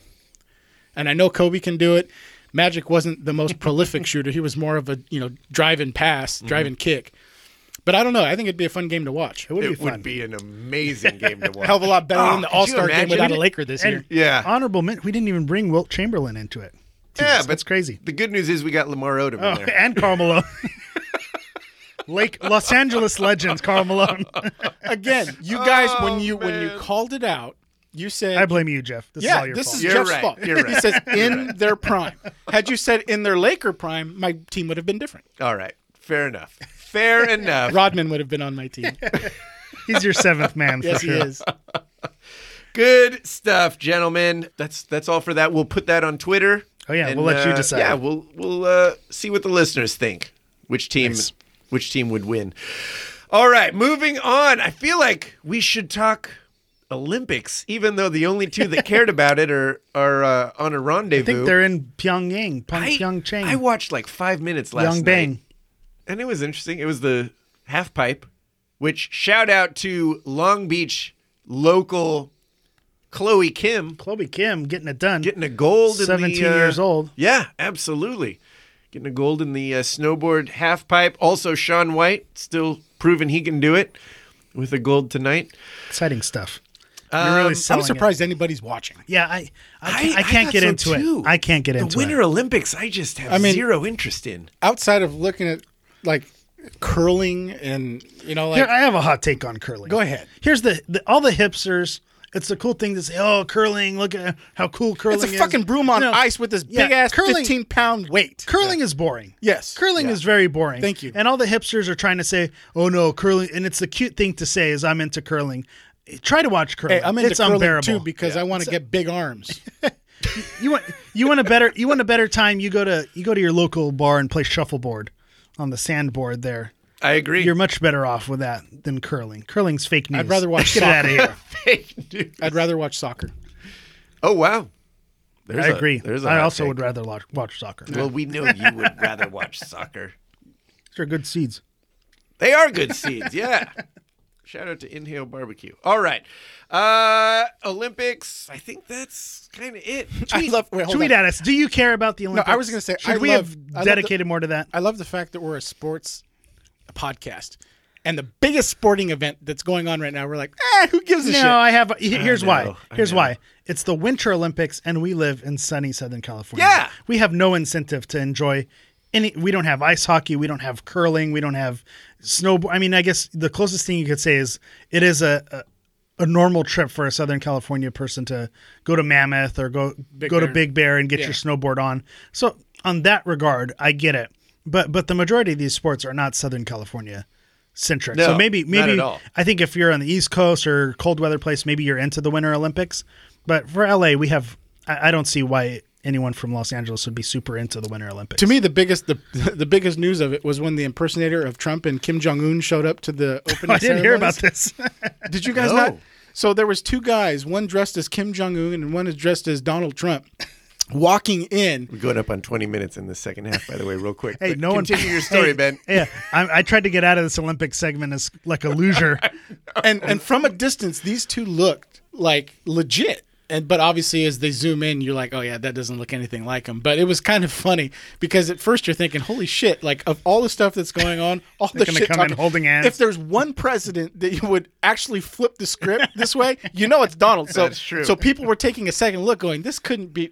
And I know Kobe can do it. Magic wasn't the most prolific shooter; he was more of a you know drive and pass, drive and kick. But I don't know. I think it'd be a fun game to watch. It would
it would be an amazing game to watch.
hell of a lot better
Oh,
than the
could you
All Star game
imagine?
without a Laker this year.
And
Yeah.
honorable men. We didn't even bring Wilt Chamberlain into it.
Yeah,
Jeez,
but
that's crazy.
The good news is we got Lamar Odom
Oh,
in there.
and Carmelo. Lake Los Angeles legends, Carl Malone.
Again, you guys,
Oh,
when you when you
man.
called it out, you said
I blame you, Jeff. This is
Yeah,
all your
this
fault.
is
You're
Jeff's
right.
fault.
You're
He
right.
says in their prime. Had you said in their Laker prime, my team would have been different.
All right. Fair enough. Fair enough.
Rodman would have been on my team.
He's your seventh man for
Yes, he
sure.
is.
Good stuff, gentlemen. That's that's all for that. We'll put that on Twitter.
Oh, yeah, we'll let you
uh,
decide.
Yeah, we'll we'll uh, see what the listeners think. Which team
Nice.
which team would win? All right, moving on. I feel like we should talk Olympics, even though the only two that cared about it are are uh, on a rendezvous.
I think they're in Pyongyang, Pyong- Pyeongchang,
I watched like five minutes last night,
Yongbang.
and it was interesting. It was the half pipe, which shout out to Long Beach local Chloe Kim
Chloe Kim getting it done.
getting a gold. in the,
17
uh,
years old.
Yeah, absolutely. Getting a gold in the uh, snowboard half pipe. Also, Sean White still proving he can do it with a gold tonight.
Exciting stuff. You're really selling
I'm
it.
surprised anybody's watching.
Yeah, I I, can't- I can't
thought
get
so
into
too.
it. I can't get
the
into
Winter
it.
Olympics. I just have
I mean-
zero interest in.
Outside of looking at like curling and you know like
Here, I have a hot take on curling.
Go ahead.
Here's the, the all the hipsters. It's the cool thing to say. Oh, curling! Look at how cool curling
it's a
is.
fucking broom on
No.
ice with this
Yeah,
big ass
curling-
15 pound weight.
Curling is boring.
Yes.
Curling is very boring.
Thank you.
And all the hipsters are trying to say, "Oh no, curling!" And it's the cute thing to say is, "I'm into curling." Try to watch curling.
Hey, I'm into
it's
curling
unbearable.
too because I want to get big arms.
you want you want a better you want a better time. You go to you go to your local bar and play shuffleboard on the sandboard there.
I agree.
You're much better off with that than curling. Curling's fake news.
I'd rather watch
Get it
soccer.
out of here.
Fake news.
I'd rather watch soccer.
Oh wow. There's
I
a-
agree.
there's a
I
hot
also
take.
would rather watch, watch soccer. These
Well, we know you would rather watch soccer.
are good seeds.
They are good seeds. Yeah. Shout out to Inhale Barbecue. All right. Uh Olympics. I think that's kind of it.
I love. Wait, hold
Tweet
on.
at us. Do you care about the Olympics?
I was gonna say,
should
I
we
love- I
have
love
dedicated more to that?
I love the fact that we're a sports podcast. And the biggest sporting event that's going on right now, we're like, eh, who gives a
no,
shit?
I have. he- Here's why.
know, I
Here's
know.
why. It's the Winter Olympics, and we live in sunny Southern California.
Yeah.
we have no incentive to enjoy any. We don't have ice hockey. We don't have curling. We don't have snowboard. I mean, I guess the closest thing you could say is it is a. a a normal trip for a Southern California person to go to Mammoth or go go to
Bear.
Big Bear and get your snowboard on. So on that regard, I get it. But but the majority of these sports are not Southern California centric.
No,
so maybe
not
maybe
at all.
I think if you're on the East Coast or cold weather place, maybe you're into the Winter Olympics. But for LA, we have I, I don't see why anyone from Los Angeles would be super into the Winter Olympics.
To me, the biggest the the biggest news of it was when the impersonator of Trump and Kim Jong Un showed up to the opening.
Oh, I didn't hear about
ceremonies.
this.
Did you guys not? So there was two guys, one dressed as Kim Jong Un and one is dressed as Donald Trump, walking in.
Going up on 20 minutes in the second half, by the way, real quick.
Hey,
But
no one-
continue your story,
Hey,
Ben.
yeah, I, I tried to get out of this Olympic segment as like a loser.
and and from a distance, these two looked like legit. And but obviously, as they zoom in, you're like, oh yeah, that doesn't look anything like him. But it was kind of funny because at first you're thinking, holy shit, like of all the stuff that's going on, all the
gonna
shit
come in
talking-
holding hands.
If there's one president that you would actually flip the script this way, you know it's Donald. So
That's true.
So people were taking a second look, going, this couldn't be.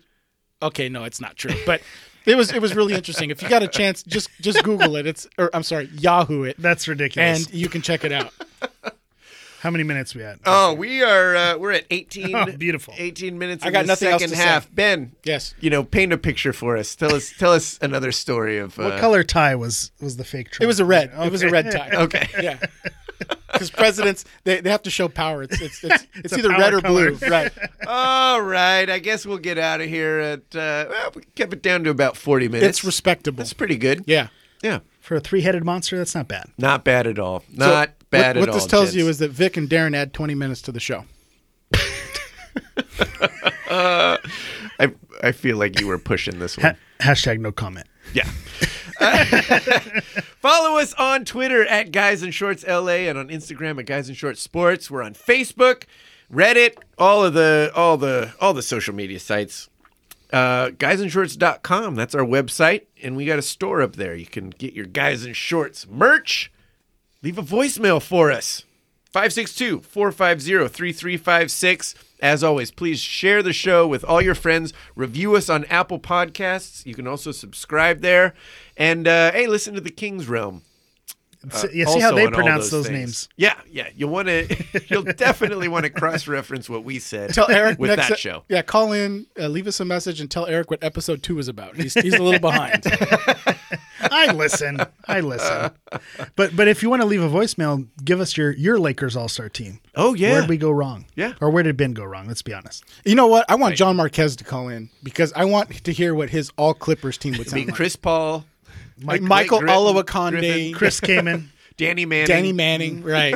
Okay, no, it's not true, but. It was it was really interesting. If you got a chance, just just Google it. It's or I'm sorry, Yahoo it,
That's ridiculous.
and you can check it out.
How many minutes we at?
Oh, we are uh, we're at 18
Oh, beautiful.
18 minutes
I
in
got
the
nothing else
second
to say.
half. Ben.
Yes.
You know, paint a picture for us. Tell us tell us another story of uh,
what color tie was was the fake? Trump?
It was a red. It was a red tie.
Okay.
Yeah. Because presidents, they, they have to show power. It's it's it's, it's,
a
either
power
red or
color.
blue. Right.
All right, I guess we'll get out of here at uh, well, we kept it down to about 40 minutes.
It's respectable.
That's pretty good.
Yeah.
Yeah.
for a three-headed monster. That's not bad.
Not bad at all. Not bad
what,
at all.
What this tells
gents.
you is that Vic and Darren add 20 minutes to the show.
I I feel like you were pushing this one.
Hashtag no comment.
Yeah. Follow us on Twitter at Guys in Shorts LA and on Instagram at Guys in Shorts Sports. We're on Facebook, Reddit, all of the all the all the social media sites. Uh, guysinshorts.com. That's our website, and we got a store up there. You can get your Guys in Shorts merch. Leave a voicemail for us. 562 450 3356. As always, please share the show with all your friends. Review us on Apple Podcasts. You can also subscribe there. And uh, hey, listen to The King's Realm.
So- yeah, see how
also
they
on all
pronounce those,
things.
names.
Yeah, yeah. You'll want to. You'll definitely want to cross-reference what we said
Tell Eric
with
next
that show.
Yeah, call in, uh, leave us a message, and tell Eric what episode two is about. He's, he's a little behind.
I listen. I listen. But but if you want to leave a voicemail, give us your your Lakers All Star team.
Oh yeah.
Where'd we go wrong?
Yeah.
Or where did Ben go wrong? Let's be honest.
you know what? I want John Marquez to call in because I want to hear what his all Clippers team would
I mean,
sound like.
Chris Paul,
Like Michael
Griffin-
Olawakonde,
Griffin.
Chris came in.
Danny Manning,
Danny Manning, Mm. right?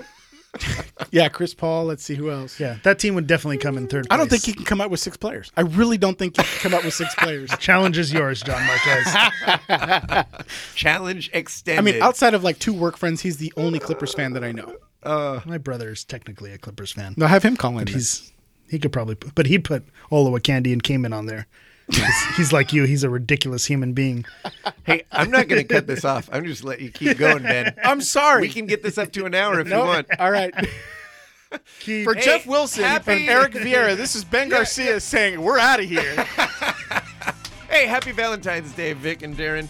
yeah, Chris Paul. Let's see who else.
Yeah, that team would definitely come in third.
I don't
place.
think he can come up with six players. I really don't think he can come up with six players.
Challenge is yours, John Marquez.
challenge extended.
I mean, outside of like two work friends, he's the only Clippers fan that I know.
My brother's technically a Clippers fan.
No, have him call in. He's
He's he could probably, put, but he'd put Olawa Candy and Cayman on there. 'Cause he's like you. He's a ridiculous human being.
Hey, I'm not going to cut this off. I'm just let you keep going, Ben. I'm sorry. We can get this up to an hour if you want.
all right.
Keep-
For
Hey,
Jeff Wilson
happy-
and Eric Vieira, this is Ben Garcia saying we're out of here.
Hey, happy Valentine's Day, Vic and Darren.